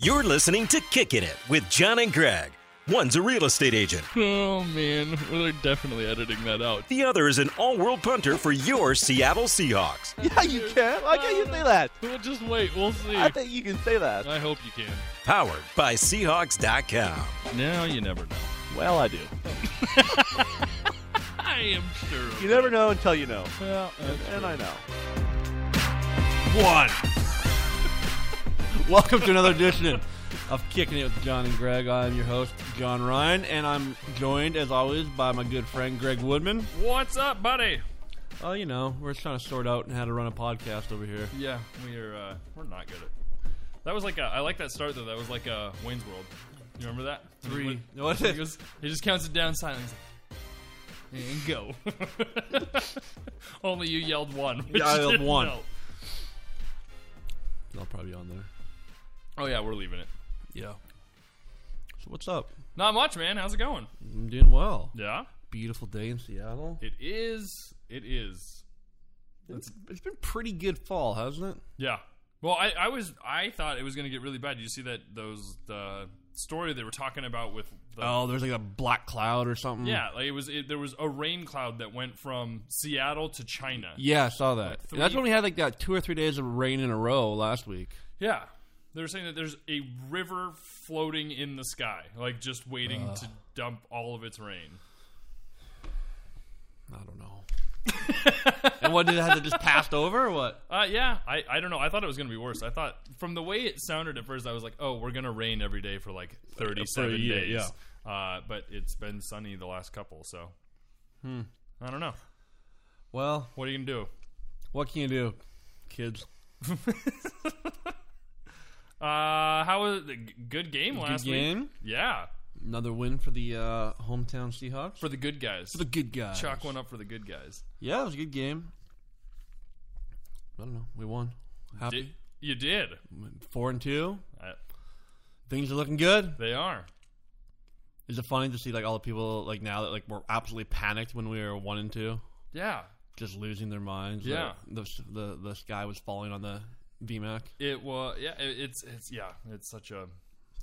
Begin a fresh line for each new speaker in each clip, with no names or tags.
You're listening to Kickin' It with John and Greg. One's a real estate agent,
Oh man, we're definitely editing that out.
the other is an all world punter for your Seattle Seahawks.
Yeah, you can. Why can't you say that?
We'll just wait. We'll see.
I
I,
think you can say that.
hope you can.
Powered by Seahawks.com.
Now you never know.
Well, I do.
I am sure. of
You
it.
never know until you know.
Well, that's
And
true.
I know.
one. Welcome to another edition of Kicking It with John and Greg. I'm your host, John Ryan, and I'm joined, as always, by my good friend Greg Woodman.
What's up, buddy?
Oh, you know, we're just trying to sort out how to run a podcast over here.
Yeah, we are. Uh, we're not good at. That was like a. I like that start though. That was like a Wayne's World. You remember that?
Three.
When-
No, what
he
is-
goes- He just counts it down silently. He's like, And go. Only you yelled one. which
Yeah, I yelled
didn't
one.
help.
I'll probably be on there.
Oh yeah, we're leaving it.
Yeah. So what's up?
Not much, man. How's it going?
I'm doing well.
Yeah.
Beautiful day in Seattle.
It is. It is.
It's, it's been pretty good fall, hasn't it?
Yeah. Well, I, I was I thought it was going to get really bad. Did you see that those the story they were talking about with the
Um,
Oh, there's like a black cloud or something.
yeah like it was it, there was a rain cloud that went from Seattle to China.
Yeah, I saw that.
three-
That's when we had like that two or three days of rain in a row last week.
Yeah. They were saying that there's a river floating in the sky, like just waiting to dump all of its rain.
I don't know. and what did it have to just passed over or what?
Uh, yeah, I, I don't know. I thought it was going to be worse. I thought from the way it sounded at first, I was like, oh, we're going to rain every day for like 37
For a year,
days. Yeah. Uh, but it's been sunny the last couple, so.
Hmm.
I don't know.
Well,
What are you going to do?
what can you do, kids?
Uh, how was the g- good game last week?
game.
Yeah,
Another win for the uh, hometown Seahawks.
for the good guys.
For the good guys.
Chalk one up for the good guys.
Yeah, it was a good game. I don't know. We won.
Did,
Happy.
you did.
Four and two.
I-
Things are looking good.
they are.
Is it funny to see like all the people like now that like were absolutely panicked when we were one and two,
Yeah,
just losing their minds?
Yeah.
The the the sky was falling on the VMAC.
it was. Yeah, it, it's it's yeah, it's such a.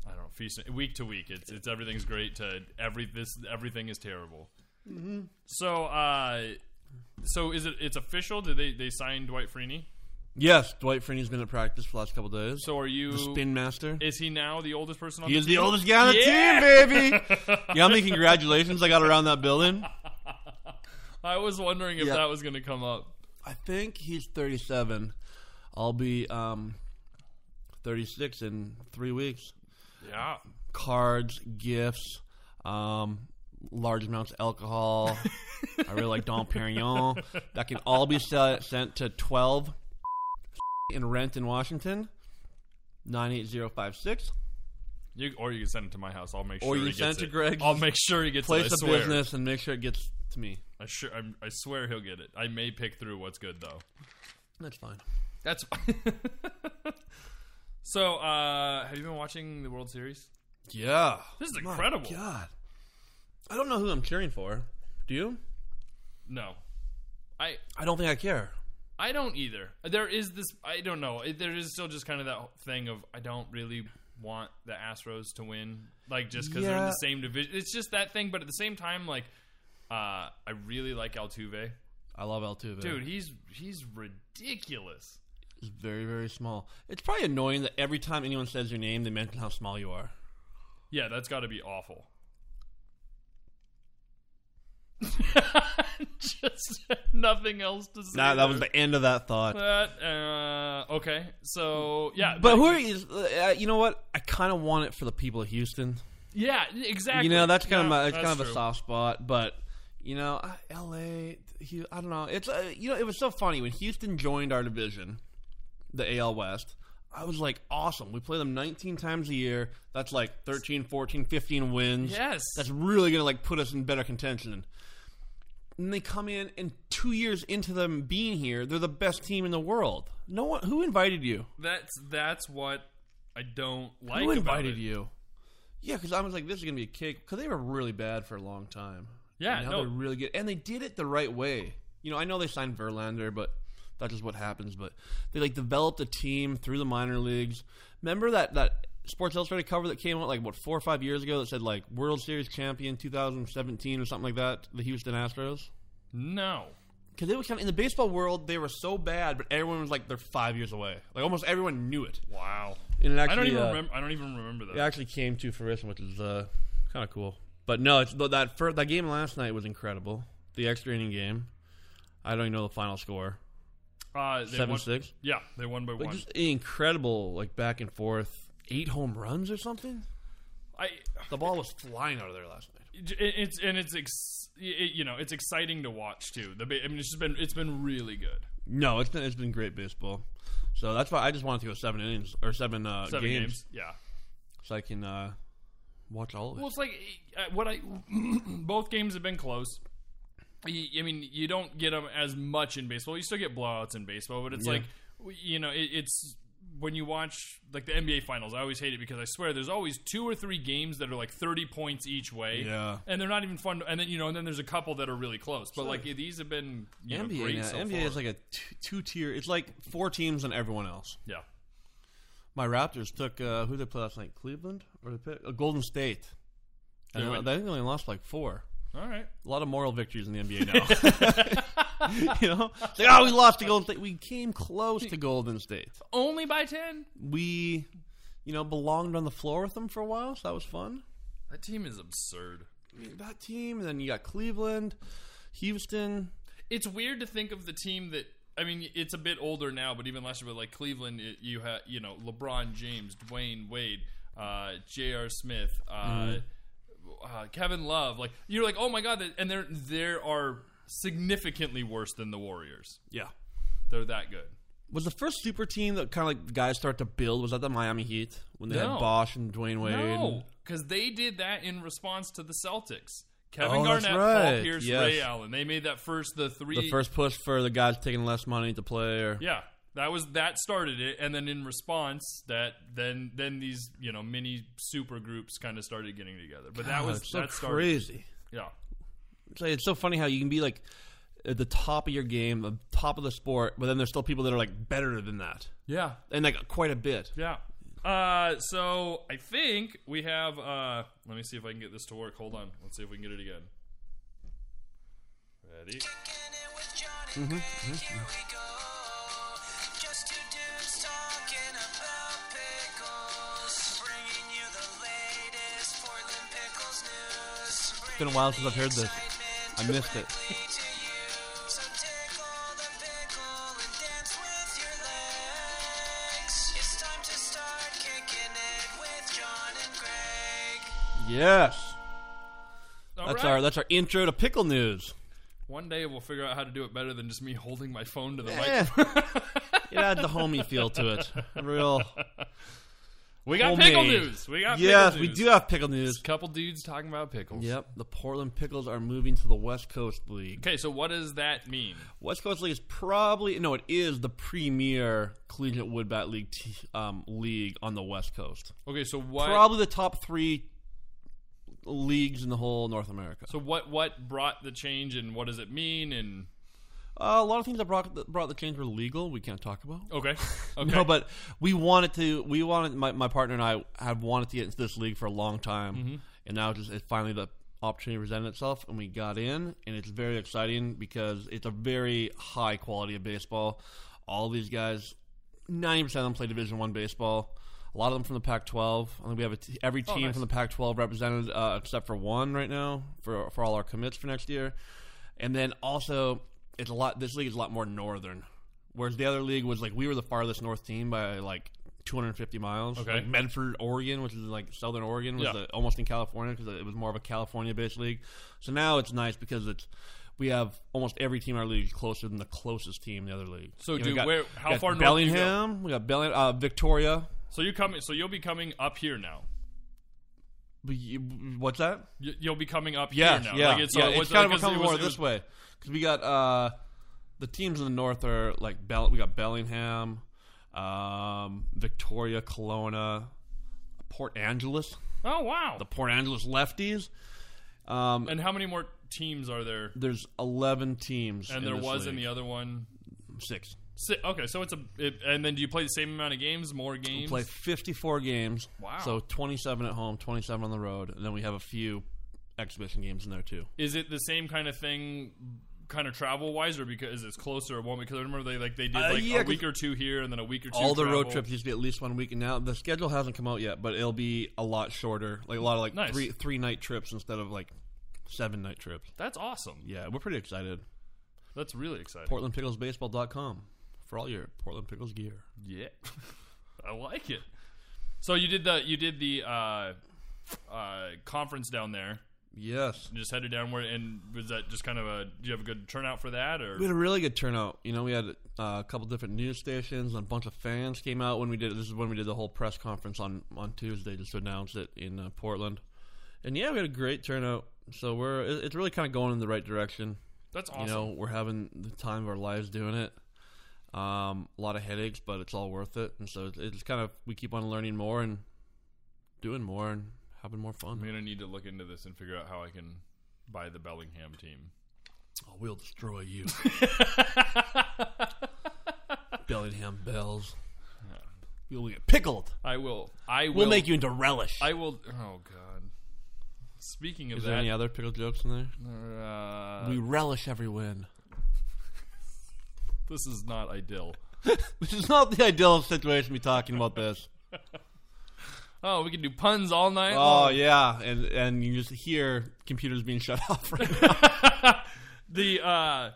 I don't know. Feast week to week, it's it's everything's great to every this everything is terrible. So uh, so is it it's official? Did they they sign Dwight Freeney?
Yes, Dwight Freeney's been at practice for the last couple days.
So are you?
the spin master.
is he now the oldest person on
He
the
is the oldest guy on the team, baby. You know how many congratulations I got around that building?
I was wondering if
Yeah.
that was going to come up.
I think he's 37. I'll be um, 36 in three weeks.
Yeah.
Cards, gifts, um, large amounts of alcohol. I really like Dom Perignon. That can all be se- sent to 12 in Rent in Washington, 98056.
You, or you can send it to my house. I'll make sure.
Or you
he
can send
gets
it to Greg's
I'll make sure he gets
Place
it. I
of
swear.
business and make sure it gets to me.
I, sure, I'm, I swear he'll get it. I may pick through what's good though.
That's fine.
That's. so, uh, have you been watching the World Series?
Yeah.
This is
My
incredible.
God. I don't know who I'm cheering for. Do you?
No, I
I don't think I care.
I don't either. There is this. I don't know. It- There is still just kind of that thing of I don't really want the Astros to win, like just because they're in
Yeah.
the same division. It's just that thing. But at the same time, like, uh, I really like Altuve.
I love Altuve.
Dude, he's he's ridiculous.
he's very, very small. It's probably annoying that every time anyone says your name, they mention how small you are.
Yeah, that's got to be awful. Just nothing else to say.
Nah, that was
there.
the end of that thought.
That, uh, okay, so yeah,
But who are you? Uh, you know what? I kind of want it for the people of Houston.
Yeah, exactly.
You know, that's kind of
Yeah,
my, it's kind
that's
of a
true.
soft spot. But you know, I- L.A. Hu- I don't know. It's uh, you know, it was so funny when Houston joined our division, the AL West. I was like, awesome. We play them 19 times a year. That's like 13, 14, 15 wins.
Yes.
That's really going to like put us in better contention. And they come in and 2 years into them being here, they're the best team in the world. No one who invited you?
That's that's what I don't like.
who
about
invited
it.
you? Yeah, because I was like, this is gonna be a cake because they were really bad for a long time.
Yeah,
And now
no.
they're really good, and they did it the right way. You know, I know they signed Verlander, but that's just what happens. But they like developed a team through the minor leagues. Remember that that Sports Illustrated cover that came out like what four or five years ago that said like World Series champion 2017 or something like that? The Houston Astros.
No.
Because they were kind of in the baseball world, they were so bad, but everyone was like they're five years away. Like almost everyone knew it.
Wow.
And it
I don't
actually,
even
uh,
remember. I don't even remember that.
It actually came to fruition, which is uh, kind of cool. But no, it's but that fir- that game last night was incredible. The extra inning game. I don't even know the final score.
uh, they
Seven
won-
six.
Yeah, they won by
Like
one.
just incredible, like back and forth, eight home runs or something.
I.
The ball was flying out of there last night.
it- It's and it's ex, it, you know it's exciting to watch too. The ba- I mean it's just been it's been really good.
No, it's been, it's been great baseball. So that's why I just wanted to go seven innings or seven, uh,
Seven
games,
games. Yeah.
so I can uh, watch all of it.
Well, it's like uh, what I both games have been close. Y- I mean, you don't get them as much in baseball. You still get blowouts in baseball, but it's
Yeah.
like you know, it, it's when you watch like the NBA finals. I always hate it because I swear there's always two or three games that are like 30 points each way.
Yeah.
and they're not even fun. to- and then you know, and then there's a couple that are really close. But like these have been you know,
NBA,
great
now-
so
NBA
far.
is like a t- two tier. It's like four teams and everyone else.
yeah,
My Raptors took uh, who they play last night? Cleveland or they play, uh, Golden State.
They
And uh,
win.
they only lost like four.
all right.
A lot of moral victories in the NBA now. you know, it's like oh, we lost to Golden State. We came close to Golden State.
Only by ten.
We, you know, belonged on the floor with them for a while, so that was fun.
That team is absurd.
I mean, that team, and then you got Cleveland, Houston.
it's weird to think of the team that I mean, it's a bit older now, but even last year, but like Cleveland, it, you had you know LeBron James, Dwayne Wade, uh, J.R. Smith, uh,
Mm-hmm.
uh, Kevin Love. Like you're like, oh my god, that- and they're they are significantly worse than the Warriors.
Yeah,
They're that good.
was the first super team that kind of like guys start to build was that the Miami Heat when they
No.
had Bosch and Dwayne Wade.
No, because they did that in response to the Celtics. Kevin
Oh, that's
Garnett, Paul
right.
Pierce,
Yes.
Ray Allen. They made that first the three.
the first push for the guys taking less money to play or
Yeah, that was that started it, and then in response, that then then these you know mini super groups kind of started getting together. But that
Oh,
was
it's so
that started.
crazy.
Yeah,
It's, like- it's so funny how you can be like at the top of your game, the top of the sport, but then there's still people that are like better than that,
yeah,
and like quite a bit.
yeah. Uh, so I think we have. Uh, let me see if I can get this to work. Hold on. Let's see if we can get it again. Ready?
Mm-hmm,
It's
been a while since I've heard this. I missed it.
So tickle the pickle and dance with your legs. It's time to start kicking it with John and Greg.
Yes,
All
that's
right.
our that's our intro to pickle news.
One day we'll figure out how to do it better than just me holding my phone to the
Eh.
microphone.
it adds the homey feel to it. Real.
We got pickle
Homemade.
news. We got
Yes,
pickle
we
news.
do have pickle news.
Couple dudes talking about pickles.
Yep, the Portland Pickles are moving to the West Coast League.
Okay, so what does that mean?
West Coast League is probably no, it is the premier collegiate woodbat league t- um, league on the West Coast.
Okay, so what?
Probably the top three leagues in the whole North America.
So what what brought the change and what does it mean and
Uh, a lot of things that brought that brought the change were legal. We can't talk about.
okay okay
No, but we wanted to. We wanted my, my partner and I have wanted to get into this league for a long time,
Mm-hmm.
and now just it finally the opportunity presented itself, and we got in, and it's very exciting because it's a very high quality of baseball. All these guys, ninety percent of them play Division One baseball. A lot of them from the Pac-12. I think we have a t- every team
Oh, nice.
from the Pac-12 represented, uh, except for one right now for for all our commits for next year. And then also, it's a lot. This league is a lot more northern, whereas the other league was like we were the farthest north team by like 250 miles.
Okay.
Like Medford, Oregon, which is like southern Oregon, was
Yeah.
the- almost in California because it was more of a California-based league. So now it's nice because it's we have almost every team in our league is closer than the closest team in the other league.
So,
You know,
do
we got-
where-
we
how
got
far north do you go?
Bellingham? We got Bellingham, uh, Victoria.
so you coming so you'll be coming up here now
But you- What's that?
you, you'll be coming up
Yes,
here now
yeah,
like it's,
yeah.
uh,
it's
what's-
kind of
because it
becoming
was-
more
it was-
this way because we got uh, the teams in the north are like Bell- we got Bellingham, um, Victoria, Kelowna, Port Angeles,
oh wow
the Port Angeles lefties. Um,
and how many more teams are there
there's 11 teams,
and
in
there
this
was in
league.
the other one
six.
Si- okay, so it's a. It, and then do you play the same amount of games? More games?
We play 54 games.
Wow.
So 27 at home, 27 on the road, and then we have a few exhibition games in there too.
is it the same kind of thing? Kind of travel wise, or because it's closer or one? Because I remember they like they did
Uh,
like
yeah,
a week
'cause
or two here and then a week or two.
All the road
travel.
trips used to be at least one week, and now the schedule hasn't come out yet, but it'll be a lot shorter, like a lot of like
Nice.
three three night trips instead of like seven night trips.
That's awesome.
Yeah, we're pretty excited.
That's really exciting.
PortlandPicklesBaseball.com for all your Portland Pickles gear.
Yeah, I like it. So you did the you did the uh, uh, conference down there.
Yes.
You just headed downward, and was that just kind of a? Do you have a good turnout for that, or
We had a really good turnout. You know, we had uh, a couple different news stations, and a bunch of fans came out when we did. This is when we did the whole press conference on on Tuesday, just to announce it in uh, Portland. And yeah, we had a great turnout. So we're it- it's really kind of going in the right direction.
that's awesome?
You know, we're having the time of our lives doing it. Um, a lot of headaches, but it's all worth it. And so it's, it's kind of we keep on learning more and doing more and having more fun.
I'm gonna need to look into this and figure out how I can buy the Bellingham team.
I will destroy you. Bellingham bells. You will get pickled.
I will. I will
We'll make you into relish.
I will. Oh God. Speaking of
Is
that,
there any other pickle jokes in there?
uh,
we relish every win.
this is not ideal.
This is not the ideal situation to be talking about this.
Oh, we can do puns all night.
Oh yeah, and and you just hear computers being shut off right now.
the uh,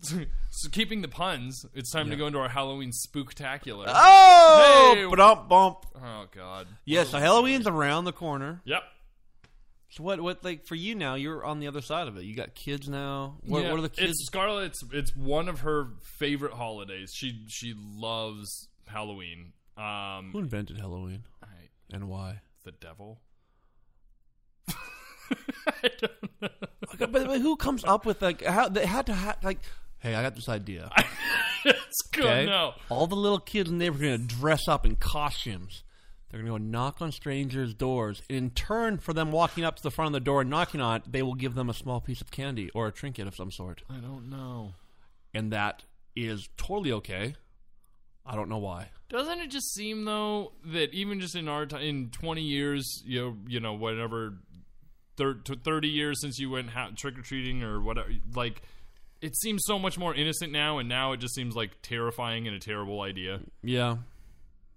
so keeping the puns. It's time to go into our Halloween spooktacular.
Oh,
Hey!
bump bump.
Oh God.
Yes, so Halloween's around the corner.
Yep.
So what what like for you now? You're on the other side of it. You got kids now. What,
Yeah,
what are the kids?
It's Scarlett's. It's one of her favorite holidays. She she loves Halloween.
Who
Um,
invented Halloween
I-
and why?
the devil. I don't know.
but, but who comes up with like how they had to ha- like hey i got this idea
It's good.
okay?
No.
all the little kids in the neighborhood are gonna dress up in costumes they're gonna go knock on strangers doors and in turn for them walking up to the front of the door and knocking on it they will give them a small piece of candy or a trinket of some sort
I don't know.
and that is totally okay i don't know why
Doesn't it just seem though that even just in our time, in twenty years, you know, you know, whatever, thir- to thirty years since you went ha- trick or treating or whatever, like it seems so much more innocent now, and now it just seems like terrifying and a terrible idea.
yeah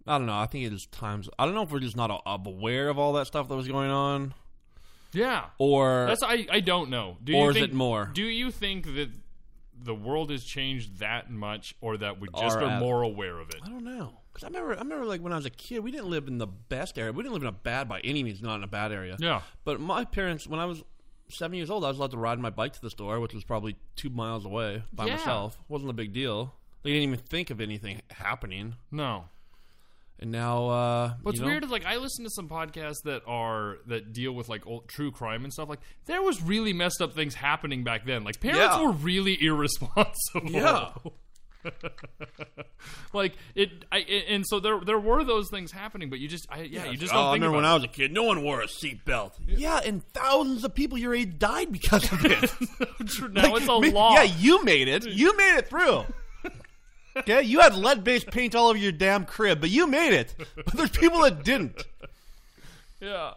i don't know i think it is times i don't know if we're just not a- aware of all that stuff that was going on
Yeah,
or
that's I. I don't know. Do you
Or is
think,
it more?
Do you think that the world has changed that much, or that we just
Or,
are
uh,
more aware of it?
I don't know. Cause I remember, I remember like when I was a kid, we didn't live in the best area. We didn't live in a bad by any means, not in a bad area.
Yeah.
But my parents, when I was seven years old, I was allowed to ride my bike to the store, which was probably two miles away by
Yeah.
myself. wasn't a big deal. They didn't even think of anything happening.
No.
And now, uh,
What's
you know,
weird is like I listen to some podcasts that are that deal with like old, true crime and stuff. Like there was really messed up things happening back then. Like parents
Yeah.
were really irresponsible.
Yeah.
like it, I it- and so there there were those things happening, but you just I yeah, you just don't
oh, I
think
remember when
about
I was a kid, no one wore a seatbelt. Yeah. and thousands of people your age died because of it.
it. now it's a
Me-
law.
Yeah, you made it. You made it through. Okay, you had lead based paint all over your damn crib, but you made it. But there's people that didn't.
Yeah.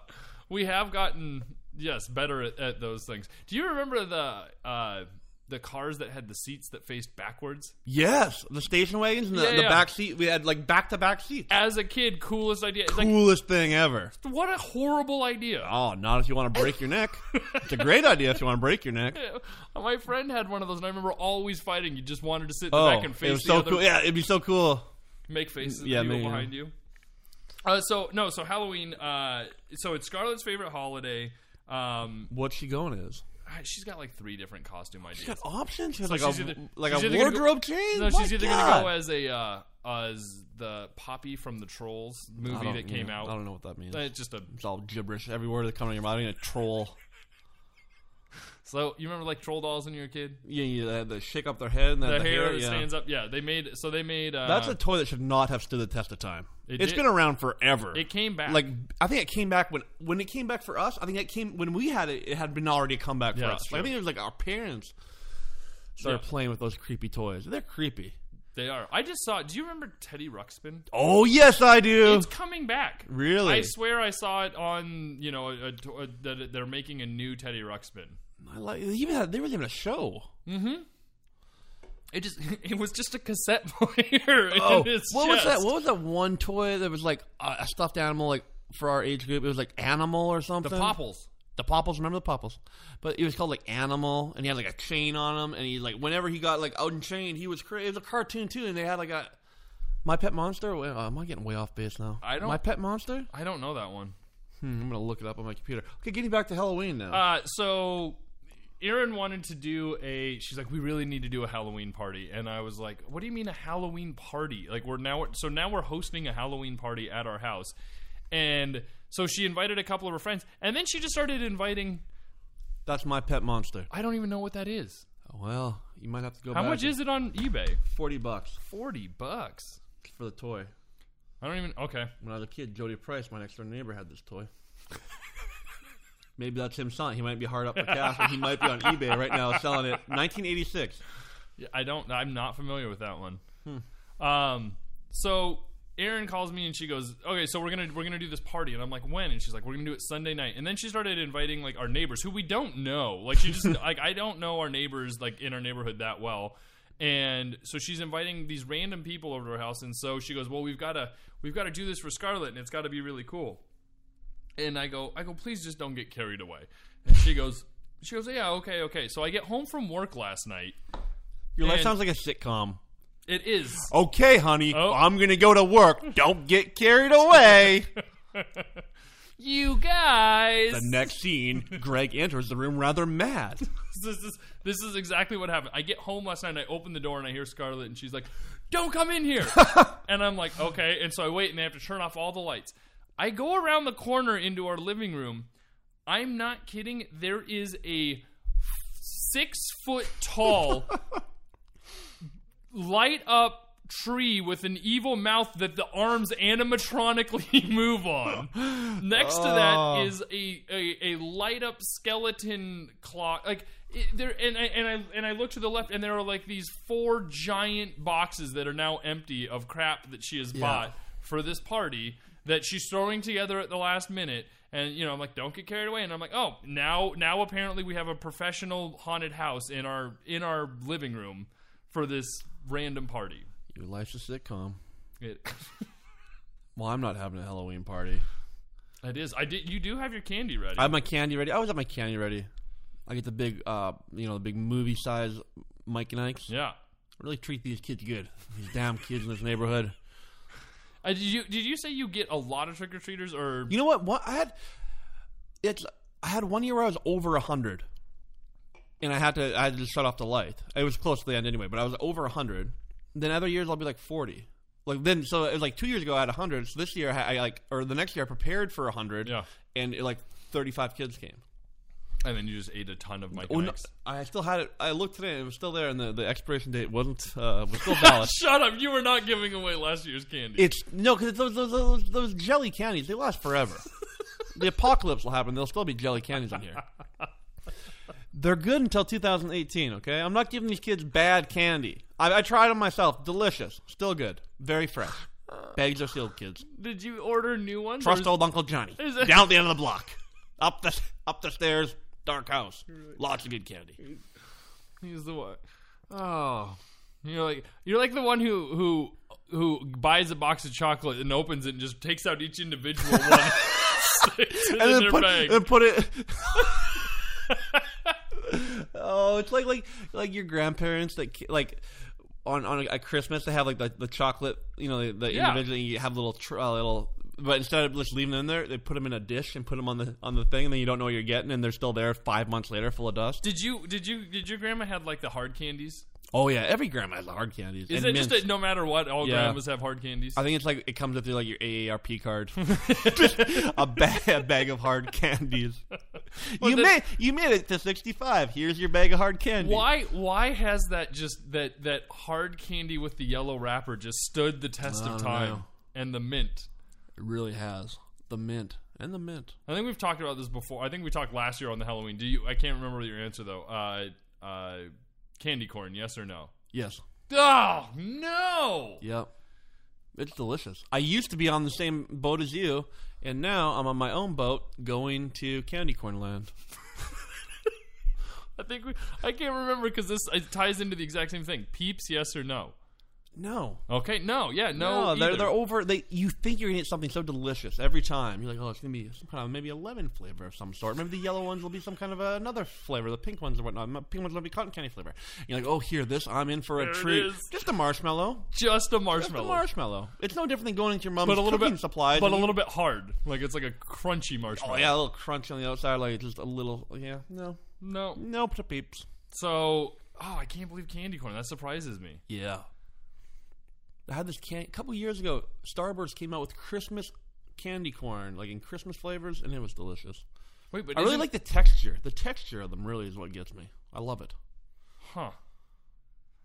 We have gotten yes better at, at those things. Do you remember the uh, the cars that had the seats that faced backwards?
Yes, the station wagons and the,
Yeah,
the
yeah.
back seat. We had like back to back seats.
As a kid, coolest idea. It's like
Coolest thing ever.
what a horrible idea.
Oh, not if you want to break your neck. It's a great idea if you want to break your neck.
My friend had one of those, and I remember always fighting. You just wanted to sit in the
Oh,
back and face
it was
the
so
other,
cool. Yeah, it'd be so cool.
make faces
Yeah,
at the people
maybe, yeah.
behind you. Uh, so no, so Halloween. Uh, so it's Scarlett's favorite holiday. Um,
What's she going as?
I- she's got like three different costume ideas.
She got options. She has
So
like
she's
a
either-
like
she's
a
either gonna go-
wardrobe change.
no, she's
My
either
God.
gonna go as a uh, as the Poppy from the Trolls
I
movie
don't-
that came
yeah,
out.
I don't know what that means.
Uh, It's just a
It's all gibberish. Every word that comes out of your mouth, you're gonna troll.
so you remember like troll dolls when you were a kid.
Yeah, you know, they shake up their head and
The,
the,
hair, that
yeah.
stands up. Yeah, they made so they made. Uh,
That's a toy that should not have stood the test of time.
It
It has
did-
been around forever.
it came back
Like I think it came back when when it came back for us. I think it came when we had it. It had been already come back
Yeah,
for
that's
us.
true.
Like, I think it was like our parents started
Yeah.
playing with those creepy toys. They're creepy.
They are. I just saw. Do you remember Teddy Ruxpin?
Oh yes, I do.
It's coming back.
Really?
I swear I saw it on. You know, a, a, that they're making a new Teddy Ruxpin.
I like. They even had, they were even a show.
It just. It was just a cassette player. in
Oh,
his
what was that?
chest.
What was that one toy that was like uh, a a stuffed animal, like for our age group? It was like animal or something.
The Popples.
The popples. Remember the popples? But it was called like animal, and he had like a chain on him, and he like whenever he got like out and chained, he was crazy. It was a cartoon too, and they had like a my pet monster. Wait, uh, am I getting way off base now?
I don't-
My pet monster.
I don't know that one.
Hmm, I'm gonna look it up on my computer. Okay, getting back to Halloween now.
Uh, so Erin wanted to do a. She's like, we really need to do a Halloween party, and I was like, what do you mean a Halloween party? Like we're now so now we're hosting a Halloween party at our house, and so she invited a couple of her friends, and then she just started inviting.
That's my pet monster.
I don't even know what that is.
Well, you might have to go.
How
back
much
and-
is it on eBay?
forty bucks
Forty bucks.
for the toy?
I don't even. Okay.
When I was a kid, Jody Price, my next door neighbor, had this toy. Maybe that's him selling. it. He might be hard up for cash, and he might be on eBay right now selling it. 1986.
Yeah, I don't. I'm not familiar with that one. Um. So Erin calls me and she goes, "Okay, so we're gonna we're gonna do this party," and I'm like, "When?" And she's like, "We're gonna do it Sunday night." And then she started inviting like our neighbors who we don't know. Like she just like I don't know our neighbors like in our neighborhood that well. And so she's inviting these random people over to her house, and so she goes, "Well, we've gotta we've gotta do this for Scarlett, and it's gotta be really cool." and I go, I go, please just don't get carried away. And she goes, she goes, yeah, okay, okay. So I get home from work last night.
Your life
And-
sounds like a sitcom.
It is.
Okay, honey,
Oh.
I'm gonna go to work. Don't get carried away.
You guys,
the next scene, Greg enters the room rather mad.
this is this is exactly what happened. I get home last night, and I open the door, and I hear Scarlett, and she's like, "Don't come in here." and I'm like, "Okay." And so I wait, and they have to turn off all the lights. I go around the corner into our living room. I'm not kidding. There is a six foot tall light up tree with an evil mouth that the arms animatronically move on. Next to that is a, a, a light up skeleton clock. Like it, there, and I, and I and I look to the left, and there are like these four giant boxes that are now empty of crap that she has bought for this party that she's throwing together at the last minute. And you know, I'm like, don't get carried away. And I'm like, oh, now now apparently we have a professional haunted house in our in our living room for this random party.
Your life's a sitcom.
It,
Well, I'm not having a Halloween party.
it is. I did. You do have your candy ready.
I have my candy ready. I always have my candy ready. I get the big, uh, you know, the big movie size Mike and Ike's.
yeah.
Really treat these kids good. These damn kids in this neighborhood.
Uh, did you did you say you get a lot of trick or treaters or
You know what? What I had, it's I had one year where I was over hundred, and I had to I had to shut off the light. It was close to the end anyway, but I was over hundred. Then other years I'll be like forty. Like then, so it was like two years ago I had hundred. So this year I, I like or the next year I prepared for hundred.
Yeah.
and it, like thirty five kids came.
and then you just ate a ton of Mike
Oh,
and
no,
Ike's?
I still had it. I looked today; and it was still there, and the, the expiration date wasn't uh, was still valid.
Shut up! You were not giving away last year's candy.
It's no, because those, those those those jelly candies they last forever. the apocalypse will happen. There'll still be jelly candies in here. They're good until 2018. Okay, I'm not giving these kids bad candy. I, I tried them myself. Delicious, still good, very fresh. Bags are sealed, kids.
did you order new ones?
Trust
or
old Uncle Johnny.
is it-
Down at the end of the block, up the up the stairs, dark house. Lots of good candy.
He's the one. Oh, you're like you're like the one who who who buys a box of chocolate and opens it and just takes out each individual one, sticks it in their
put,
bag.
and put it. oh, it's like like like your grandparents that ki- like on on a, Christmas they have like the, the chocolate you know the, the
Yeah.
individual you have little tr- uh, little but instead of just leaving them there they put them in a dish and put them on the on the thing and then you don't know what you're getting and they're still there five months later full of dust.
did you did you did your grandma have like the hard candies?
Oh yeah, every grandma has the hard candies.
Is
and
it just
mints.
that no matter what, all
Yeah.
grandmas have hard candies?
I think it's like it comes up through like your AARP card, Just a, bag, a bag of hard candies. you
the-
made you made it to sixty five. Here's your bag of hard candy.
Why why has that just that that hard candy with the yellow wrapper just stood the test
I
of
don't
time
know.
and the mint?
It really has the mint and the mint.
I think we've talked about this before. I think we talked last year on the Halloween. Do you I can't remember your answer though. Uh uh candy corn, yes or no?
Yes,
Oh no!
Yep. It's delicious. I used to be on the same boat as you, and now I'm on my own boat going to candy corn land.
I think we, I can't remember because this it ties into the exact same thing. Peeps, yes or no?
No.
Okay, no, yeah, no.
No, they're,
either.
they're over. They you think you're gonna get something so delicious every time. You're like, oh, it's gonna be some kind of maybe a lemon flavor of some sort. Maybe the yellow ones will be some kind of uh, another flavor. The pink ones or whatnot. The pink ones will be cotton candy flavor. you're like, oh, here, this. I'm in for a
There it
treat.
is.
Just a marshmallow.
just a
Just a
marshmallow,
marshmallow. It's no different than going into your mom's
but a little
cooking
bit
supplies.
but
and
a
you-
little bit hard. Like it's like a crunchy marshmallow.
Oh yeah, a little crunch on the outside, like just a little. Yeah, no,
No.
no to peeps.
So, oh, I can't believe candy corn. That surprises me.
Yeah. I had this can a couple years ago. Starburst came out with Christmas candy corn, like in Christmas flavors, and it was delicious.
Wait, but
I really
isn't-
like the texture. The texture of them really is what gets me. I love it.
Huh.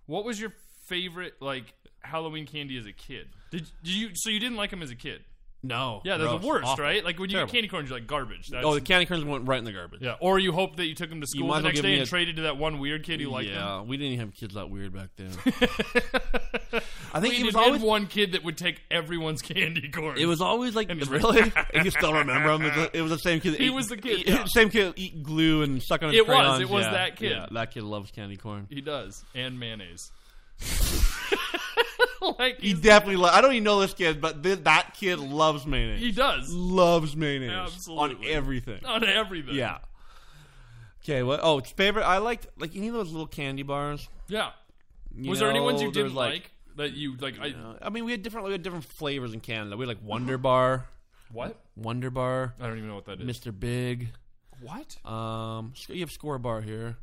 What was your favorite like Halloween candy as a kid? Did, did you so you didn't like them as a kid?
No.
Yeah, they're
gross.
the worst,
Awful.
right? Like when you
Terrible.
get candy corns, you're like garbage. That's,
Oh, the candy corns went right in the garbage.
yeah. Or you hope that you took them to school the
might as well
next
give
day
me
and
a-
traded to that one weird kid who liked them.
yeah, we didn't have kids that weird back then. I
We
think it
did
was
have
always
one kid that would take everyone's candy corn.
It was always like
And it's like-
really. if you still remember him, it was- it was the same kid. that
He
ate-
was the kid,
ate-
yeah.
Same kid that eat glue and suck on his
It was,
crayons.
it was
Yeah,
that kid.
Yeah, that kid loves candy corn.
he does and mayonnaise. like
He
he's-
definitely. Lo- I don't even know this kid, but th- that kid loves mayonnaise.
he does
loves mayonnaise
Absolutely. Oh.
on everything.
on everything.
Yeah. Okay. What? Oh, it's favorite. I liked like any of those little candy bars.
yeah.
You
Was there any ones
know,
you
there was,
didn't like, that you like? I,
uh, I mean, we had different. We had different flavors in Canada. We had like Wonder Bar,
what?
Wonder Bar,
I don't even know what that is.
Mister Big.
what?
Um, sc- you have Score Bar here,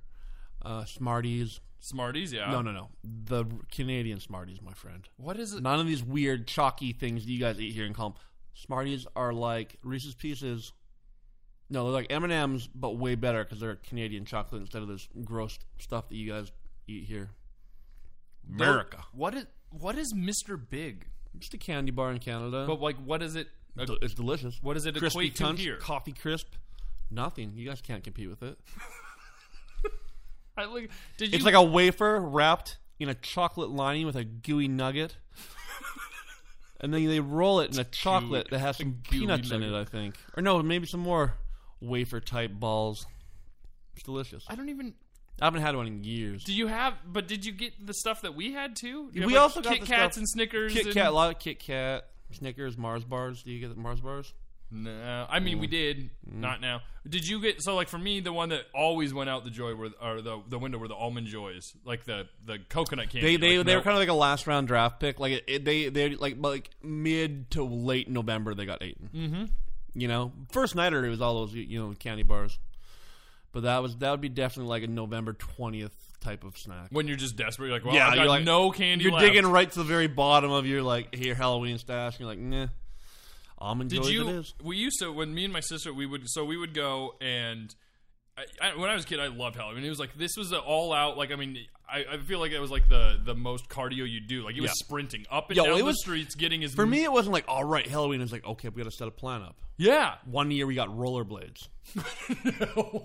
uh, Smarties.
Smarties, yeah.
No, no, no. The Canadian Smarties, my friend.
What is it?
None of these weird chalky things that you guys eat here in Colum. Smarties are like Reese's Pieces. No, they're like M and M's, but way better because they're Canadian chocolate instead of this gross stuff that you guys eat here. America.
What is what is Mr. Big?
Just a candy bar in Canada,
But like, what is it? uh,
Del- it's delicious.
what does it
Crispy
equate to
crunch,
here?
coffee crisp. Nothing. You guys can't compete with it.
I like, did you?
It's like a wafer wrapped in a chocolate lining with a gooey nugget. and then they roll it in a chocolate that has some
gooey
peanuts in it, I
nugget.
think. Or no, maybe some more wafer type balls. It's delicious.
I
I
don't even.
haven't had one in years.
Do you have? But did you get the stuff that we had too? Do you
We
have, like,
also got
Kit
the
Kats
stuff-
and Snickers.
Kit
and-
Kat, a lot of Kit Kat, Snickers, Mars bars. Do you get the Mars bars?
No, I
Mm.
mean we did. Not now. Did you get? So like for me, the one that always went out the joy were or the the window were the almond joys, like the the coconut
They
candy.
they,
like
they were
milk.
kind of like a last round draft pick. Like it, it- they they like like mid to late November they got Aiton. Mm-hmm. You know, first nighter it was all those you know candy bars, but that was that would be definitely like a November twentieth type of snack.
when you're just desperate. You're like, well,
Yeah,
I've got
you're like-
no candy.
You're
left.
digging right to the very bottom of your like your Halloween stash. And you're like, nah, almond
Did
joys
you?
it is.
We used to when me and my sister we would so we would go and. I, I, when I was a kid, I loved Halloween. It was like this was an all out. Like I mean, I, I feel like it was like the the most cardio you do. Like it was
Yeah.
sprinting up and
Yo,
down
it
the
was-
streets, getting as
For me, it wasn't like all right Halloween. It was like okay, we got to set a plan up.
yeah.
One year we got rollerblades.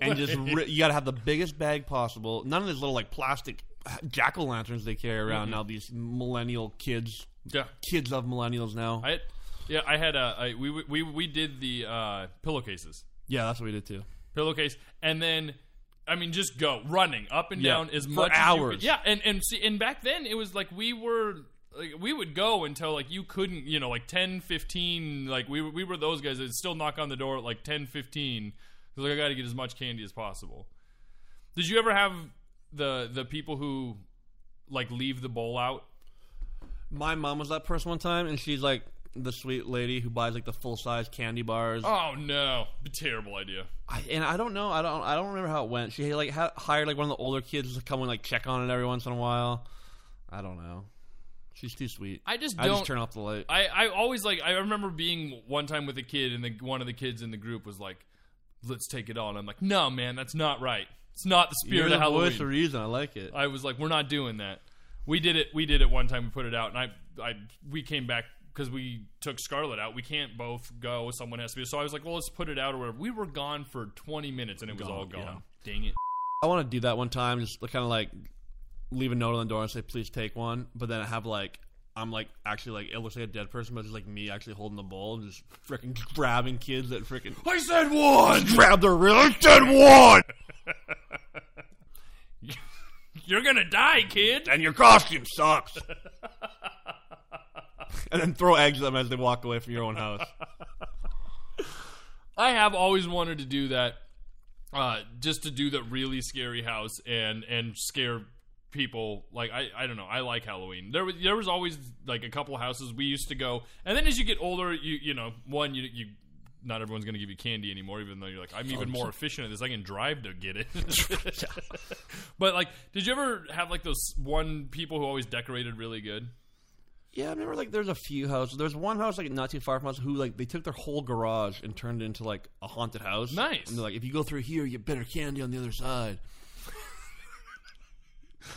and just ri- you got to have the biggest bag possible. None of these little like plastic jack o' lanterns they carry around
Mm-hmm.
now. These millennial kids,
yeah.
kids of millennials now.
I yeah I had a I, we we we did the uh, pillowcases
yeah, that's what we did too.
pillowcase and then I mean just go running up and
Yeah,
down as
for
much As you could.
hours.
Yeah, and and see and back then it was like we were. Like, we would go until like you couldn't you know like 10 15 like we, were- we were those guys that would still knock on the door at like 10 15 'cause, like i gotta get as much candy as possible did you ever have the the people who like leave the bowl out
My mom was that person one time, and she's like the sweet lady who buys like the full size candy bars.
oh no terrible idea
I, and I don't know, I don't, I don't remember how it went. She like ha- hired like one of the older kids to come and like check on it every once in a while. I don't know. She's too sweet.
I just
I
don't-
just turn off the light.
I, I always like I remember being one time with a kid and the, one of the kids in the group was like, "Let's take it all," and I'm like, "No, man, that's not right. It's not the
You're
spirit
the
of Halloween."
voice of reason. I like it.
I was like, "We're not doing that." We did it. We did it one time. We put it out, and I I we came back because we took Scarlet out. We can't both go. Someone has to be. So I was like, "Well, let's put it out or whatever." We were gone for 20 minutes and it was all
Gone,
gone. Dang it!
I want to do that one time, just kind of like leave a note on the door and say, "Please take one," but then I have like. I'm like actually like it looks like a dead person, but it's like me actually holding the bowl and just freaking grabbing kids that freaking I said one, grab their real I said one,
You're gonna die, kid.
and your costume sucks, and then throw eggs at them as they walk away from your own house.
I have always wanted to do that, uh, just to do the really scary house and and scare people. Like I, I don't know. I like Halloween. There was there was always like a couple houses we used to go, and then as you get older, you you know, one you you. Not everyone's going to give you candy anymore, even though you're like, I'm even more efficient at this. I can drive to get it. but, like, did you ever have, like, those one people who always decorated really good?
Yeah, I remember like there's a few houses. There's one house like not too far from us who like they took their whole garage and turned it into like a haunted house.
Nice.
And they're like, if you go through here, you get better candy on the other side.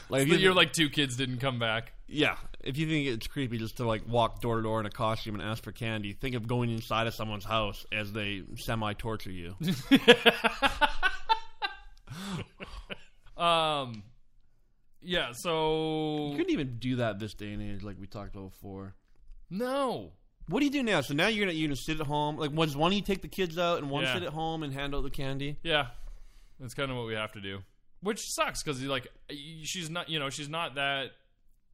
like if you
You're like, two kids didn't come back.
yeah. If you think it's creepy just to like walk door to door in a costume and ask for candy, think of going inside of someone's house as they semi torture you.
Um, yeah. So
you couldn't even do that this day and age, like we talked about before.
no,
What do you do now? So now you're gonna you're gonna sit at home. Like one's one you take the kids out and one
Yeah.
sit at home and hand out the candy.
yeah, that's kind of what we have to do, which sucks because like y- she's not, you know, she's not that.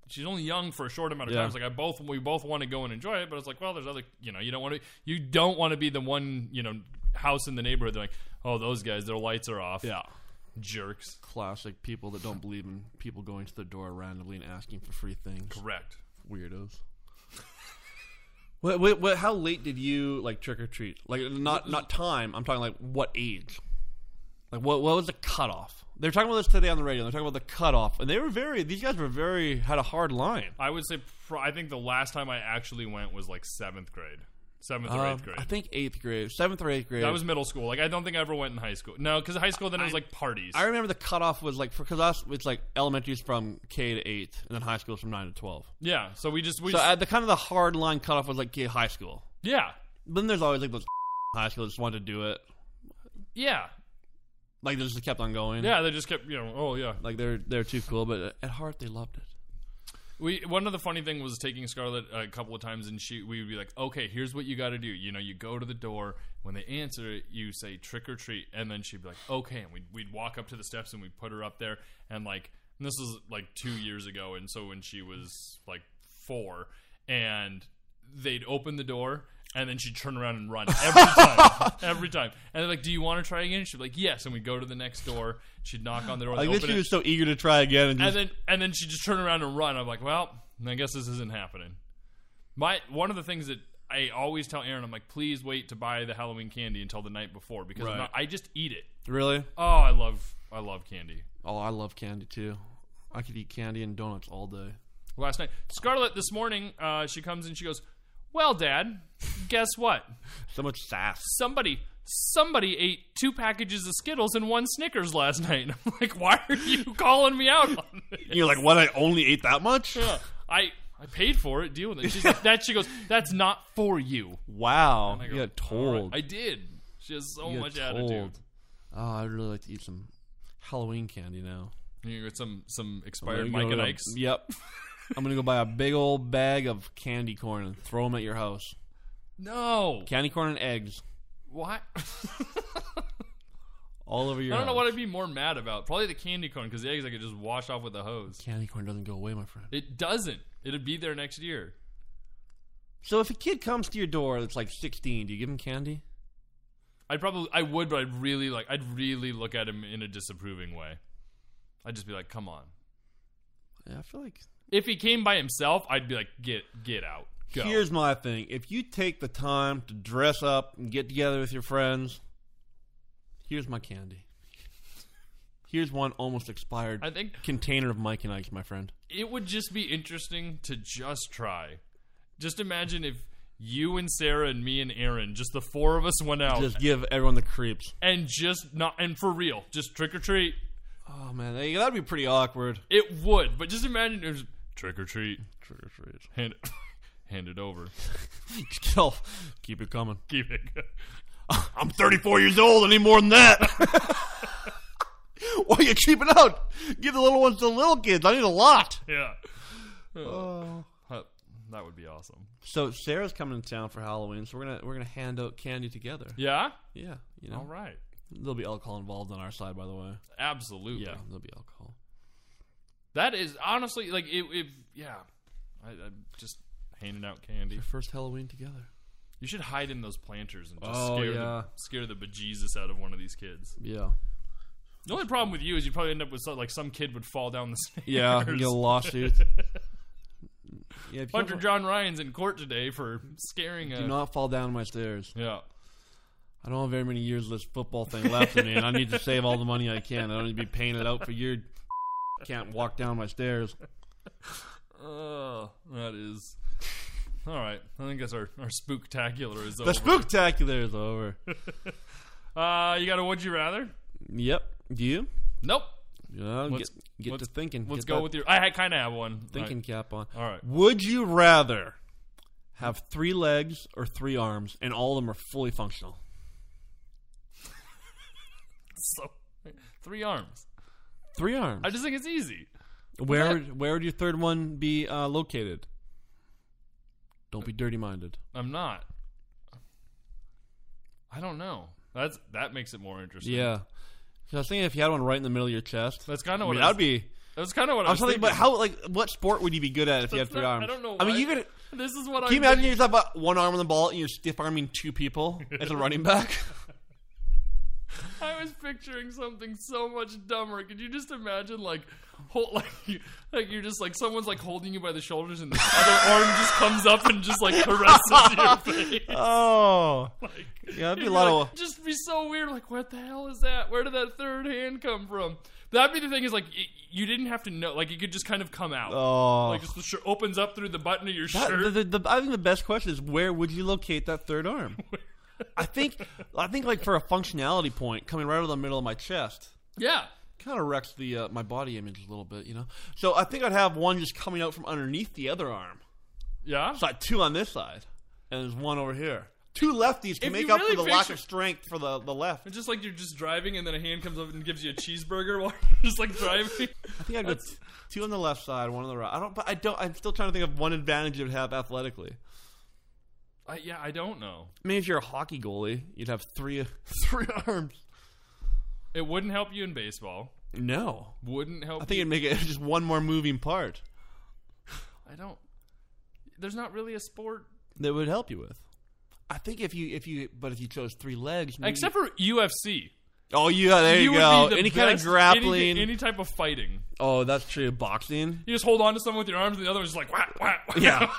She's only young for a short amount of
Yeah.
time. It's like I both we both want to go and enjoy it, but it's like, well, there's other, you know, you don't want to, you don't want to be the one, you know, house in the neighborhood. They're like, oh, those guys, their lights are off.
Yeah.
jerks.
classic people that don't believe in people going to the door randomly and asking for free things.
Correct.
Weirdos. what, what, what, how late did you like trick or treat? Like not not time. I'm talking like what age? Like what what was the cutoff? They were talking about this today on the radio. They're talking about the cutoff, and they were very. These guys were very had a hard line.
I would say, pro- I think the last time I actually went was like seventh grade, seventh or
Um,
eighth grade.
I think eighth grade, seventh or eighth grade.
That was middle school. Like I don't think I ever went in high school. No, because high school then it was like parties.
I remember the cutoff was like for because us it's like elementary's from K to eight, and then high school's from nine to twelve.
yeah. So we just we
So
just,
uh, the kind of the hard line cutoff was like K high school.
yeah
But then there's always like those high school that just wanted to do it.
yeah
Like they just kept on going.
yeah. They just kept you know oh yeah.
Like they're they're too cool, but at heart they loved it.
We one of the funny thing was taking Scarlett a couple of times and she we would be like okay here's what you got to do you know you go to the door when they answer it you say trick or treat and then she'd be like okay and we'd we'd walk up to the steps and we'd put her up there and like and this was like two years ago and so when she was like four and they'd open the door and then she'd turn around and run every time. every time. And they're like, Do you want to try again? She'd be like, Yes. And we'd go to the next door. She'd knock on the door.
Like
they'd
this,
open
she
it
was so eager to try again, and, just,
and then and then she just turned around and run. I'm like, well, I guess this isn't happening. My one of the things that I always tell Aaron, I'm like, please wait to buy the Halloween candy until the night before because I'm
Right.
not- I just eat it.
really.
Oh, I love I love candy.
Oh, I love candy too. I could eat candy and donuts all day.
Last night, Scarlett this morning, uh, she comes and she goes, well, Dad, guess what?
So much sass.
Somebody. Somebody ate two packages of Skittles and one Snickers last night. And I'm like, why are you calling me out on this?
You're like, what? I only ate that much?
Yeah. I I paid for it. Deal with it. She's like, that. She goes, that's not for you.
Wow,
I
you
go,
got
Oh "All right."
told.
I did. She has so
you got
much
told.
attitude.
Oh, I'd really like to eat some Halloween candy now.
You got some some
I'm
expired
gonna
Mike
go
and
to-
Ike's.
Yep. I'm gonna go buy a big old bag of candy corn and throw them at your house.
No.
Candy corn and eggs
What?
all over your.
I don't know
house.
what I'd be more mad about. Probably the candy corn because the eggs I could just wash off with a hose.
Candy corn doesn't go away, my friend.
It doesn't. It'd be there next year.
So if a kid comes to your door that's like 16, do you give him candy?
I'd probably I would, but I'd really like I'd really look at him in a disapproving way. I'd just be like, come on.
Yeah, I feel like.
If he came by himself, I'd be like, get get out. Go.
Here's my thing: if you take the time to dress up and get together with your friends, here's my candy. Here's one almost expired
I think
container of Mike and Ike's, my friend.
it would just be interesting to just try. Just imagine if you and Sarah and me and Aaron, just the four of us went out
Just give everyone the creeps.
and just not and for real, just trick or treat.
Oh man, that- that'd be pretty awkward.
It would, but just imagine it was trick or treat,
Trick or treat.
hand hand it over,
Still, keep it coming.
keep it.
I'm 34 years old. I need more than that. Why Boy, you're cheaping out. Give the little ones to the little kids. I need a lot.
Yeah.
Oh.
Huh, That would be awesome.
So Sarah's coming to town for Halloween, so we're gonna we're gonna hand out candy together.
Yeah?
Yeah, you know,
All right.
there'll be alcohol involved on our side, by the way.
Absolutely.
Yeah, there'll be alcohol.
That is honestly like it, it yeah. I, I just handing out candy.
Your first Halloween together.
You should hide in those planters and just
Oh,
scare,
yeah.
the, scare the bejesus out of one of these kids.
Yeah,
The only problem with you is you'd probably end up with some, like some kid would fall down the stairs.
yeah, you get a lawsuit. yeah, if you
Hunter
don't-
John Ryan's in court today for scaring a
do not fall down my stairs.
yeah.
I don't have very many years of this football thing left in me, and I need to save all the money I can. I don't need to be paying it out for your can't walk down my stairs.
Oh, that is. All right, I think that's our our spooktacular is over.
The spooktacular is over.
Uh, you got a would you rather?
yep. Do you?
Nope.
Yeah,
Let's-
get get
let's-
to thinking.
Let's
Get
go
that
with your. I kind of have one.
thinking cap on.
All right.
Would you rather have three legs or three arms, and all of them are fully functional?
So, three arms.
Three arms.
I just think it's easy.
where would, where would your third one be uh, located? Don't be dirty minded.
I'm not. I don't know. That's that makes it more interesting.
Yeah. 'Cause I was thinking if you had one right in the middle of your chest,
that's kind
I
of what
mean,
I
that would
was,
be.
That's kind of what
I
I
was thinking, but how like what sport would you be good at if you had
That's
three
not-
arms?
I don't know
I mean,
why.
you could.
This is what I.
Can you imagine you have uh, one arm on the ball and you're stiff arming two people as a running back?
I was picturing something so much dumber. Could you just imagine, like, hold, like, you, like you're just like someone's like holding you by the shoulders, and the other arm just comes up and just like caresses your face.
oh,
Like,
yeah, that'd be
you'd
a lot
like-
of.
just be so weird. Like, what the hell is that? Where did that third hand come from? That'd be the thing is like y you didn't have to know. Like, it could just kind of come out.
Oh,
Like, just the shirt opens up through the button of your
That-
shirt.
the, the, the, I think the best question is where would you locate that third arm? I think I think like for a functionality point, coming right out of the middle of my chest
yeah.
kind of wrecks the uh, my body image a little bit, you know. So I think I'd have one just coming out from underneath the other arm.
Yeah.
So I had two on this side, and there's one over here. Two lefties to
If
make
you
up
really
for the lack
picture-
of strength for the, the left.
It's just like you're just driving, and then a hand comes up and gives you a cheeseburger while you're just like driving.
I think I'd go t- two on the left side, one on the right. I don't, but I don't. I'm still trying to think of one advantage you'd have athletically.
I, yeah, I don't know.
I mean, if you're a hockey goalie, you'd have three three arms.
It wouldn't help you in baseball.
No,
Wouldn't help.
I think it'd make it just one more moving part
I don't. There's not really a sport
that would help you with. I think if you if you but if you chose three legs, maybe-
except for UFC.
oh yeah, Mm. there you,
would
go.
be the
Any kind of
best-
grappling.
any, any type of fighting.
oh, that's true. Boxing.
You just hold on to someone with your arms, and the other one's just like whack, whack. whack.
Yeah.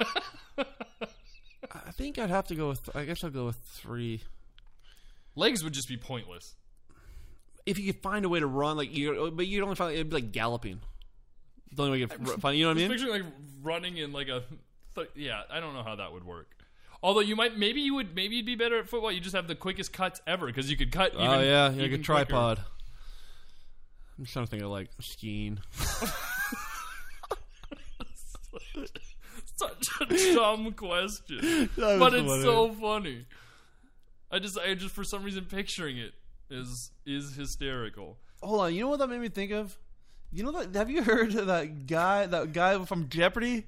I think I'd have to go with. I guess I'll go with three.
Legs would just be pointless.
If you could find a way to run, like you, but you'd only find it'd be like galloping. The only way you could find, you know what I mean?
Picture like running in like a. Th- yeah, I don't know how that would work. Although you might, maybe you would, maybe you'd be better at football. You just have the quickest cuts ever because you could cut. Even,
oh yeah,
even
like a
quicker.
tripod. I'm just trying to think of like skiing.
Such a dumb question. but it's so funny. I just, I just for some reason picturing it is is hysterical.
Hold on, you know what that made me think of? You know that? Have you heard of that guy? That guy from Jeopardy?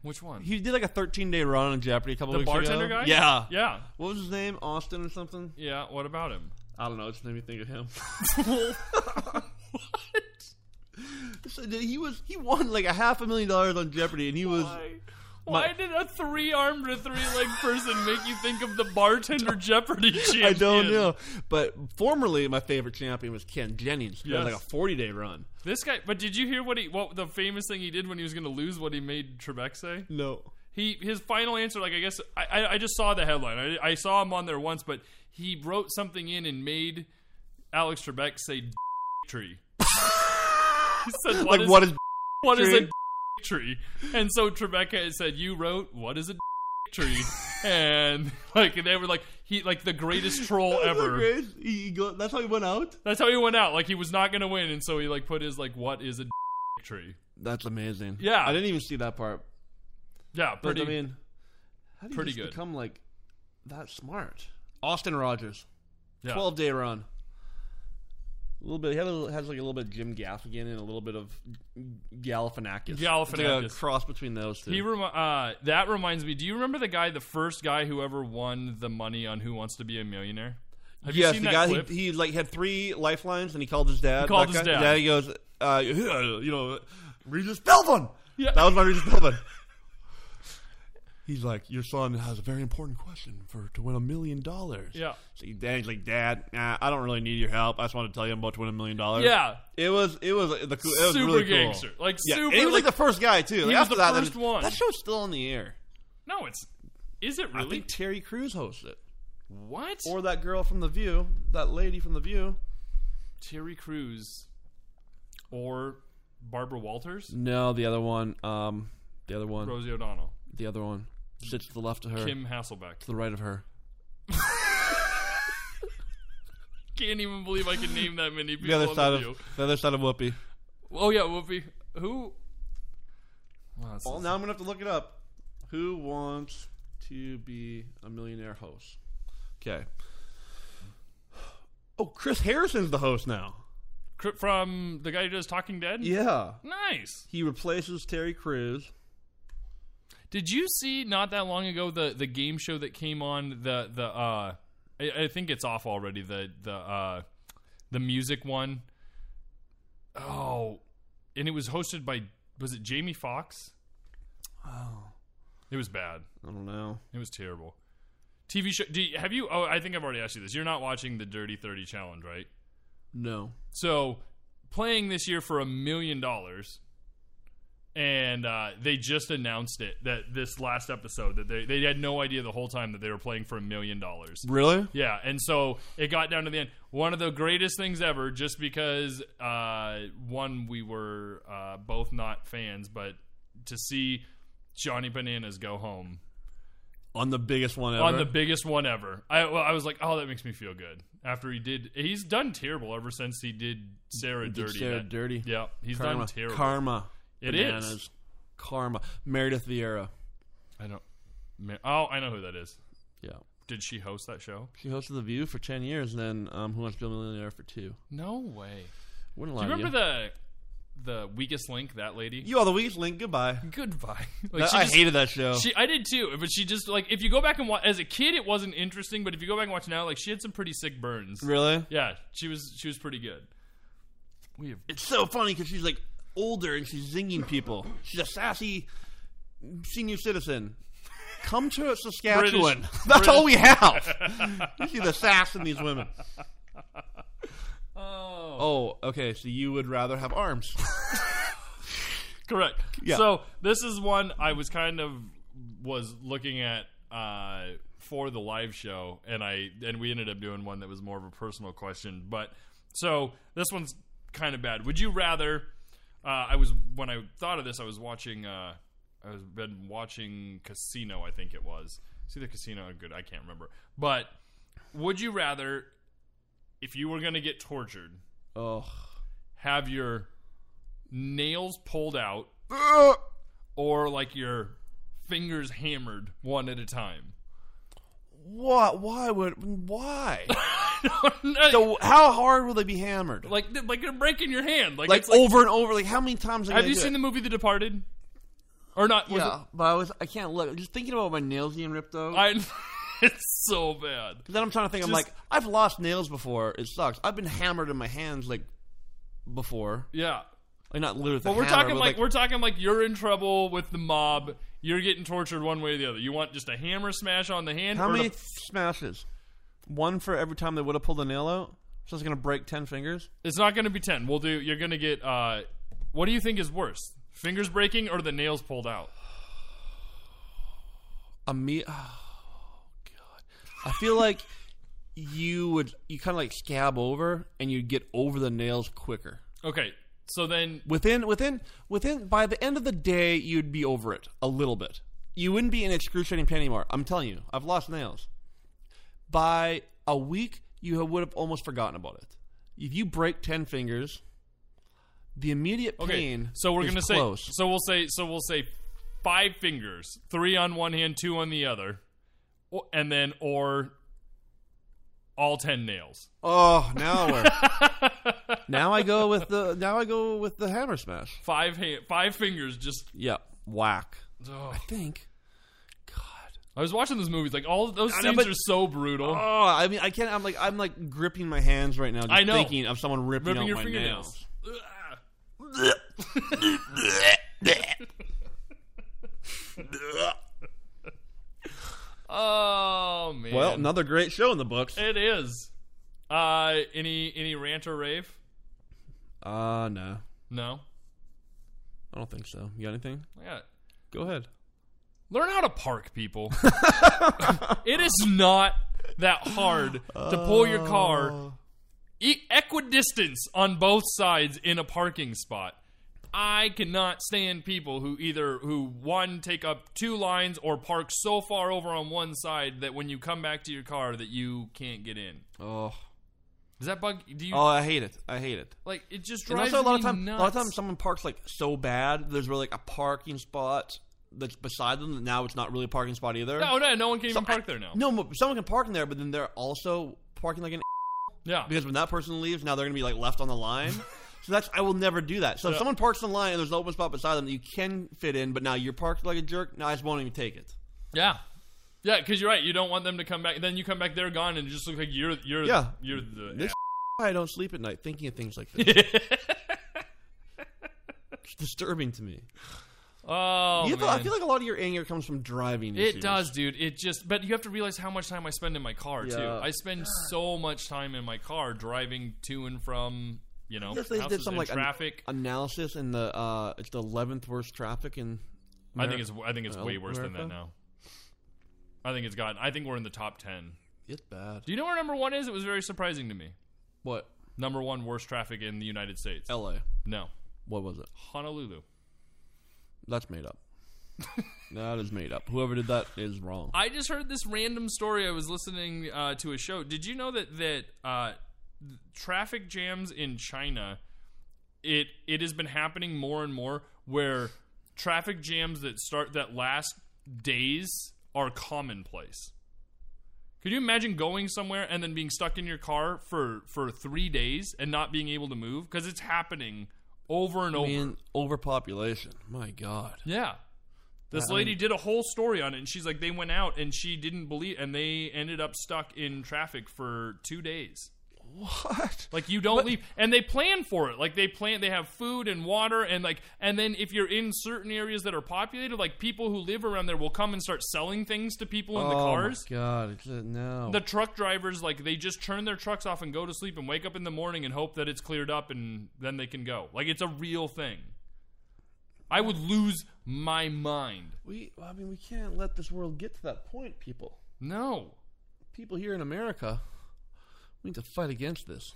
Which one?
He did like a 13 day run on Jeopardy a couple
the
weeks
bartender
ago.
guy?
Yeah.
yeah,
What was his name? Austin or something?
yeah. What about him?
I don't know. It just made me think of him.
what?
So th- he was he won like a half a million dollars on Jeopardy, and he was
Why did a three-armed or three-legged person make you think of the bartender Jeopardy champion?
I don't know, but formerly my favorite champion was Ken Jennings. He
Yes.
had like a 40 day run.
This guy, but did you hear what he? What the famous thing he did when he was going to lose? What he made Trebek say?
No.
He his final answer. Like I guess I I, I just saw the headline. I, I saw him on there once, but he wrote something in and made Alex Trebek say d- tree. he said, what
like
is
what is?
what is a
tree?
d- tree? And so Trebek said, "You wrote what is a d- tree?" and like they were like he like the greatest troll
That's
ever.
so great. He, he go, that's how he went out.
That's how he went out. Like he was not going to win, and so he like put his like what is a d- tree?
That's amazing.
Yeah.
I didn't even see that part.
Yeah,
But
pretty.
I mean, how do you
pretty
just
good.
become like that smart? Austin Rogers,
yeah.
12 day run. little bit. He had a, has like a little bit of Jim Gaffigan and a little bit of Galifianakis.
Galifianakis.
It's like a cross between those two.
He remi- uh, that reminds me. Do you remember the guy, the first guy who ever won the money on Who Wants to Be a Millionaire? Have you
yes,
seen
the
that
guy
clip?
he, he like had three lifelines and he called his dad.
He called
That
his
guy-
dad.
He goes, uh, you know, Regis Belvin.
Yeah.
that was my Regis Belvin. He's like, your son has a very important question for to win a million dollars.
Yeah.
So he- Dad's like, Dad, nah, I don't really need your help. I just want to tell you I'm about to win a million dollars.
yeah,
It was it was the coo- it was
super
really cool.
gangster, like
Yeah,
super.
and he was like,
like-
the first guy too. Like,
was
after
the
that,
first
that,
one.
That show's still on the air.
no, it's is it
I
really
think Terry Crews hosts it,
what?
or that girl from The View, that lady from The View.
Terry Crews or Barbara Walters,
No, the other one. Um, the other one.
Rosie O'Donnell,
The other one sits to the left of her,
Kim Hasselbeck.
to the right of her.
Can't even believe I can name that many people.
The other
on
side
the
of
view.
the other side of Whoopi.
Oh yeah, Whoopi. Who? Wow, this
Well,
is-
now I'm gonna have to look it up. Who wants to be a millionaire host? Okay. Oh, Chris Harrison's the host now.
Cri- from the guy who does Talking Dead.
Yeah,
Nice.
he replaces Terry Crews.
Did you see not that long ago the the game show that came on the the uh I, I think it's off already the the uh the music one. Oh, and it was hosted by was it Jamie Foxx? Oh. It was bad.
I don't know.
It was terrible. TV show do you, have you oh I think I've already asked you this. You're not watching the Dirty 30 challenge, right?
No.
So playing this year for a million dollars, and uh, they just announced it that this last episode that they they had no idea the whole time that they were playing for a million dollars.
Really?
Yeah, and so it got down to the end. One of the greatest things ever, just because uh, one we were uh, both not fans, but to see Johnny Bananas go home
On the biggest one ever.
on the biggest one ever. I well, I was like, oh, that makes me feel good. After he did, he's done terrible ever since he did Sarah
Did
dirty.
Sarah
That-
dirty.
Yeah, he's
karma.
done terrible.
Karma.
It is.
Karma. Meredith Vieira.
I don't. Ma- Oh, I know who that is.
Yeah.
Did she host that show?
She hosted The View for ten years, and then um, Who Wants to Be a Millionaire for two.
No way.
Wouldn't
Do
lie
you remember
you.
the the weakest link? That lady.
You are the weakest link. Goodbye.
Goodbye. Like
That-
she
I
just-
hated that show.
She, I did too, but she just like if you go back and watch as a kid, it wasn't interesting. But if you go back and watch now, like she had some pretty sick burns.
really?
Yeah, she was she was pretty good. We have
It's so funny because she's like older and she's zinging people. She's a sassy senior citizen. Come to Saskatchewan.
British-
That's all we have. you see the sass in these women.
oh
Oh, okay. So you would rather have arms?
Correct.
Yeah.
So this is one I was kind of was looking at uh, for the live show, and I and we ended up doing one that was more of a personal question. But so this one's kind of bad. Would you rather? Uh, I was when I thought of this, I was watching. Uh, I was been watching Casino. I think it was. It's either Casino or Good. I can't remember. But would you rather, if you were going to get tortured,
oh,
have your nails pulled out
Uh,
or like your fingers hammered one at a time.
what? Why would? Why?
so,
so how hard will they be hammered? Like,
like like they're breaking your hand. Like, it's like-
over and over. Like how many times? Are
have you seen the movie The Departed? Or not? was
Yeah, but I was I can't look. Just thinking about my nails being ripped
it-
out.
I, it's so bad.
Then I'm trying to think. I'm
Just-
like, I've lost nails before. It sucks. I've been hammered in my hands like before.
Yeah.
Like not literally.
But we're talking like, we're talking like you're in trouble with the mob. You're getting tortured one way or the other. You want just a hammer smash on the hand?
how
or
many
the-
smashes? One for every time they would have pulled a nail out. So it's gonna break ten fingers.
it's not going to be ten. We'll do. You're going to get. Uh, what do you think is worse, fingers breaking or the nails pulled out?
A me. Oh god. I feel like you would you kind of like scab over and you'd get over the nails quicker.
Okay. So then
within within within by the end of the day you'd be over it a little bit you wouldn't be in excruciating pain anymore i'm telling you i've lost nails by a week you would have almost forgotten about it if you break 10 fingers the immediate
Okay,
pain
so we're
is
gonna
close.
say so we'll say so we'll say five fingers, three on one hand, two on the other, or- and then or all ten nails.
oh now we're now I go with the now I go with the hammer smash.
Five hand, five fingers just.
Yep, whack.
ugh.
I think.
I was watching those movies. Like all those
I
scenes
know, but-
are so brutal.
Oh, I mean, I can't. I'm like, I'm like gripping my hands right now, just
I know.
thinking of someone ripping,
ripping
out
your
my
fingernails.
nails.
Ugh. oh man.
Well, another great show in the books.
It is. Uh, any any rant or rave?
Uh, no,
No.
I don't think so. You got anything?
I got
Go ahead.
Learn how to park, people. it is not that hard to pull your car e- equidistance on both sides in a parking spot. I cannot stand people who either who one take up two lines or park so far over on one side that when you come back to your car that you can't get in.
Oh,
Does that bug? Do you
oh, I hate it. I hate it.
like it? Just
And
drives
also, a lot
me
of time,
nuts.
a lot of times, someone parks like so bad. There's really like a parking spot that's beside them. That now it's not really a parking spot either.
oh, no, no, no one can even
Some-
park there now.
No, but someone can park in there, but then they're also parking like an
yeah,
because when that person leaves, now they're gonna be like left on the line. so that's I will never do that. So if someone parks in line and there's an open spot beside them that you can fit in, but now you're parked like a jerk. Now I just won't even take it.
Yeah. Yeah, because you're right. You don't want them to come back. Then you come back, they're gone, and it just look like you're you're
Yeah.
you're the
This Why I don't sleep at night thinking of things like this. it's disturbing to me.
oh.
You feel- I
man.
feel like a lot of your anger comes from driving.
it
issues.
does, dude. It just but you have to realize how much time I spend in my car too.
Yeah.
I spend so much time in my car driving to and from you know
Yes, they did
houses
some
and
like an-
traffic.
analysis in the uh, it's the eleventh worst traffic in.
I think it's I think it's
Well,
way worse than that
America?
now. I think it's gotten. I think we're in the top ten.
it's bad.
Do you know where number one is? It was very surprising to me.
What
Number one worst traffic in the United States.
L.A.
no,
What was it?
Honolulu.
That's made up. that is made up. Whoever did that is wrong.
I just heard this random story. I was listening uh, to a show. Did you know that that uh, th- traffic jams in China it it has been happening more and more where traffic jams that start that last days are commonplace. Could you imagine going somewhere and then being stuck in your car for for three days and not being able to move because it's happening over and
I
over?
mean, overpopulation. My God.
Yeah.
Uh,
This lady did a whole story on it, and she's like, they went out and she didn't believe, and they ended up stuck in traffic for two days.
What?
Like you don't leave, and they plan for it. Like they plan, they have food and water, and like, and then if you're in certain areas that are populated, like people who live around there will come and start selling things to people in the cars.
Oh, My God. It's, uh, no.
The truck drivers, like, they just turn their trucks off and go to sleep and wake up in the morning and hope that it's cleared up and then they can go. Like, it's a real thing. I would lose my mind.
we. I mean, we can't let this world get to that point, people.
No.
People here in America, we need to fight against this.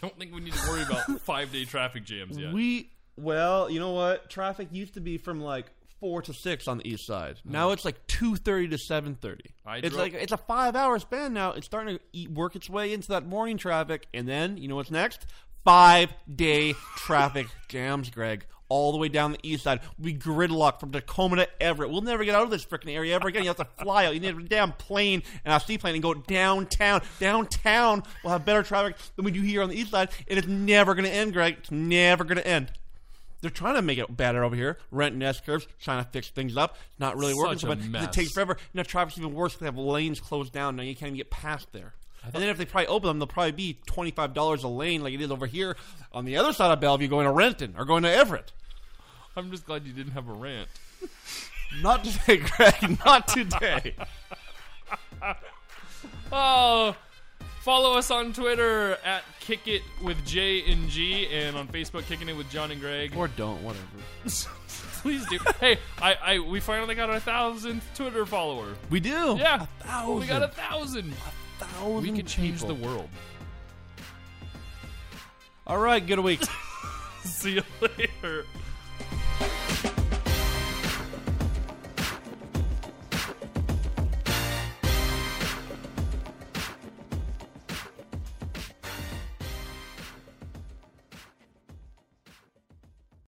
Don't think we need to worry about five day traffic jams yet.
We. Well, you know what? Traffic used to be from like four to six on the east side. Now it's like two thirty to seven thirty.
I
It's
drove-
like it's a five hour span now. It's starting to eat, work its way into that morning traffic, and then you know what's next? Five day traffic jams, Greg. All the way down the east side, we gridlock from Tacoma to Everett. We'll never get out of this freaking area ever again. You have to fly out. You need a damn plane and a seaplane and go downtown. Downtown will have better traffic than we do here on the east side, and it's never going to end, Greg. It's never going to end. They're trying to make it better over here. Rent and S curves, trying to fix things up. It's not really working
Such a
so much. 'cause It
mess.
takes forever. Now traffic's even worse. 'cause They have lanes closed down. Now you can't even get past there. And then if they probably open them, they'll probably be twenty five dollars a lane, like it is over here on the other side of Bellevue, going to Renton or going to Everett.
I'm just glad you didn't have a rant.
Not today, Greg. Not today.
Oh, follow us on Twitter at Kick It With J and G and on Facebook Kicking It With John and Greg.
or don't, whatever.
Please do. hey, I, I we finally got our thousandth Twitter follower.
We do.
Yeah,
a thousand.
we got a thousand.
thousand.
We can change
people.
the world.
All right. Good week.
See you later.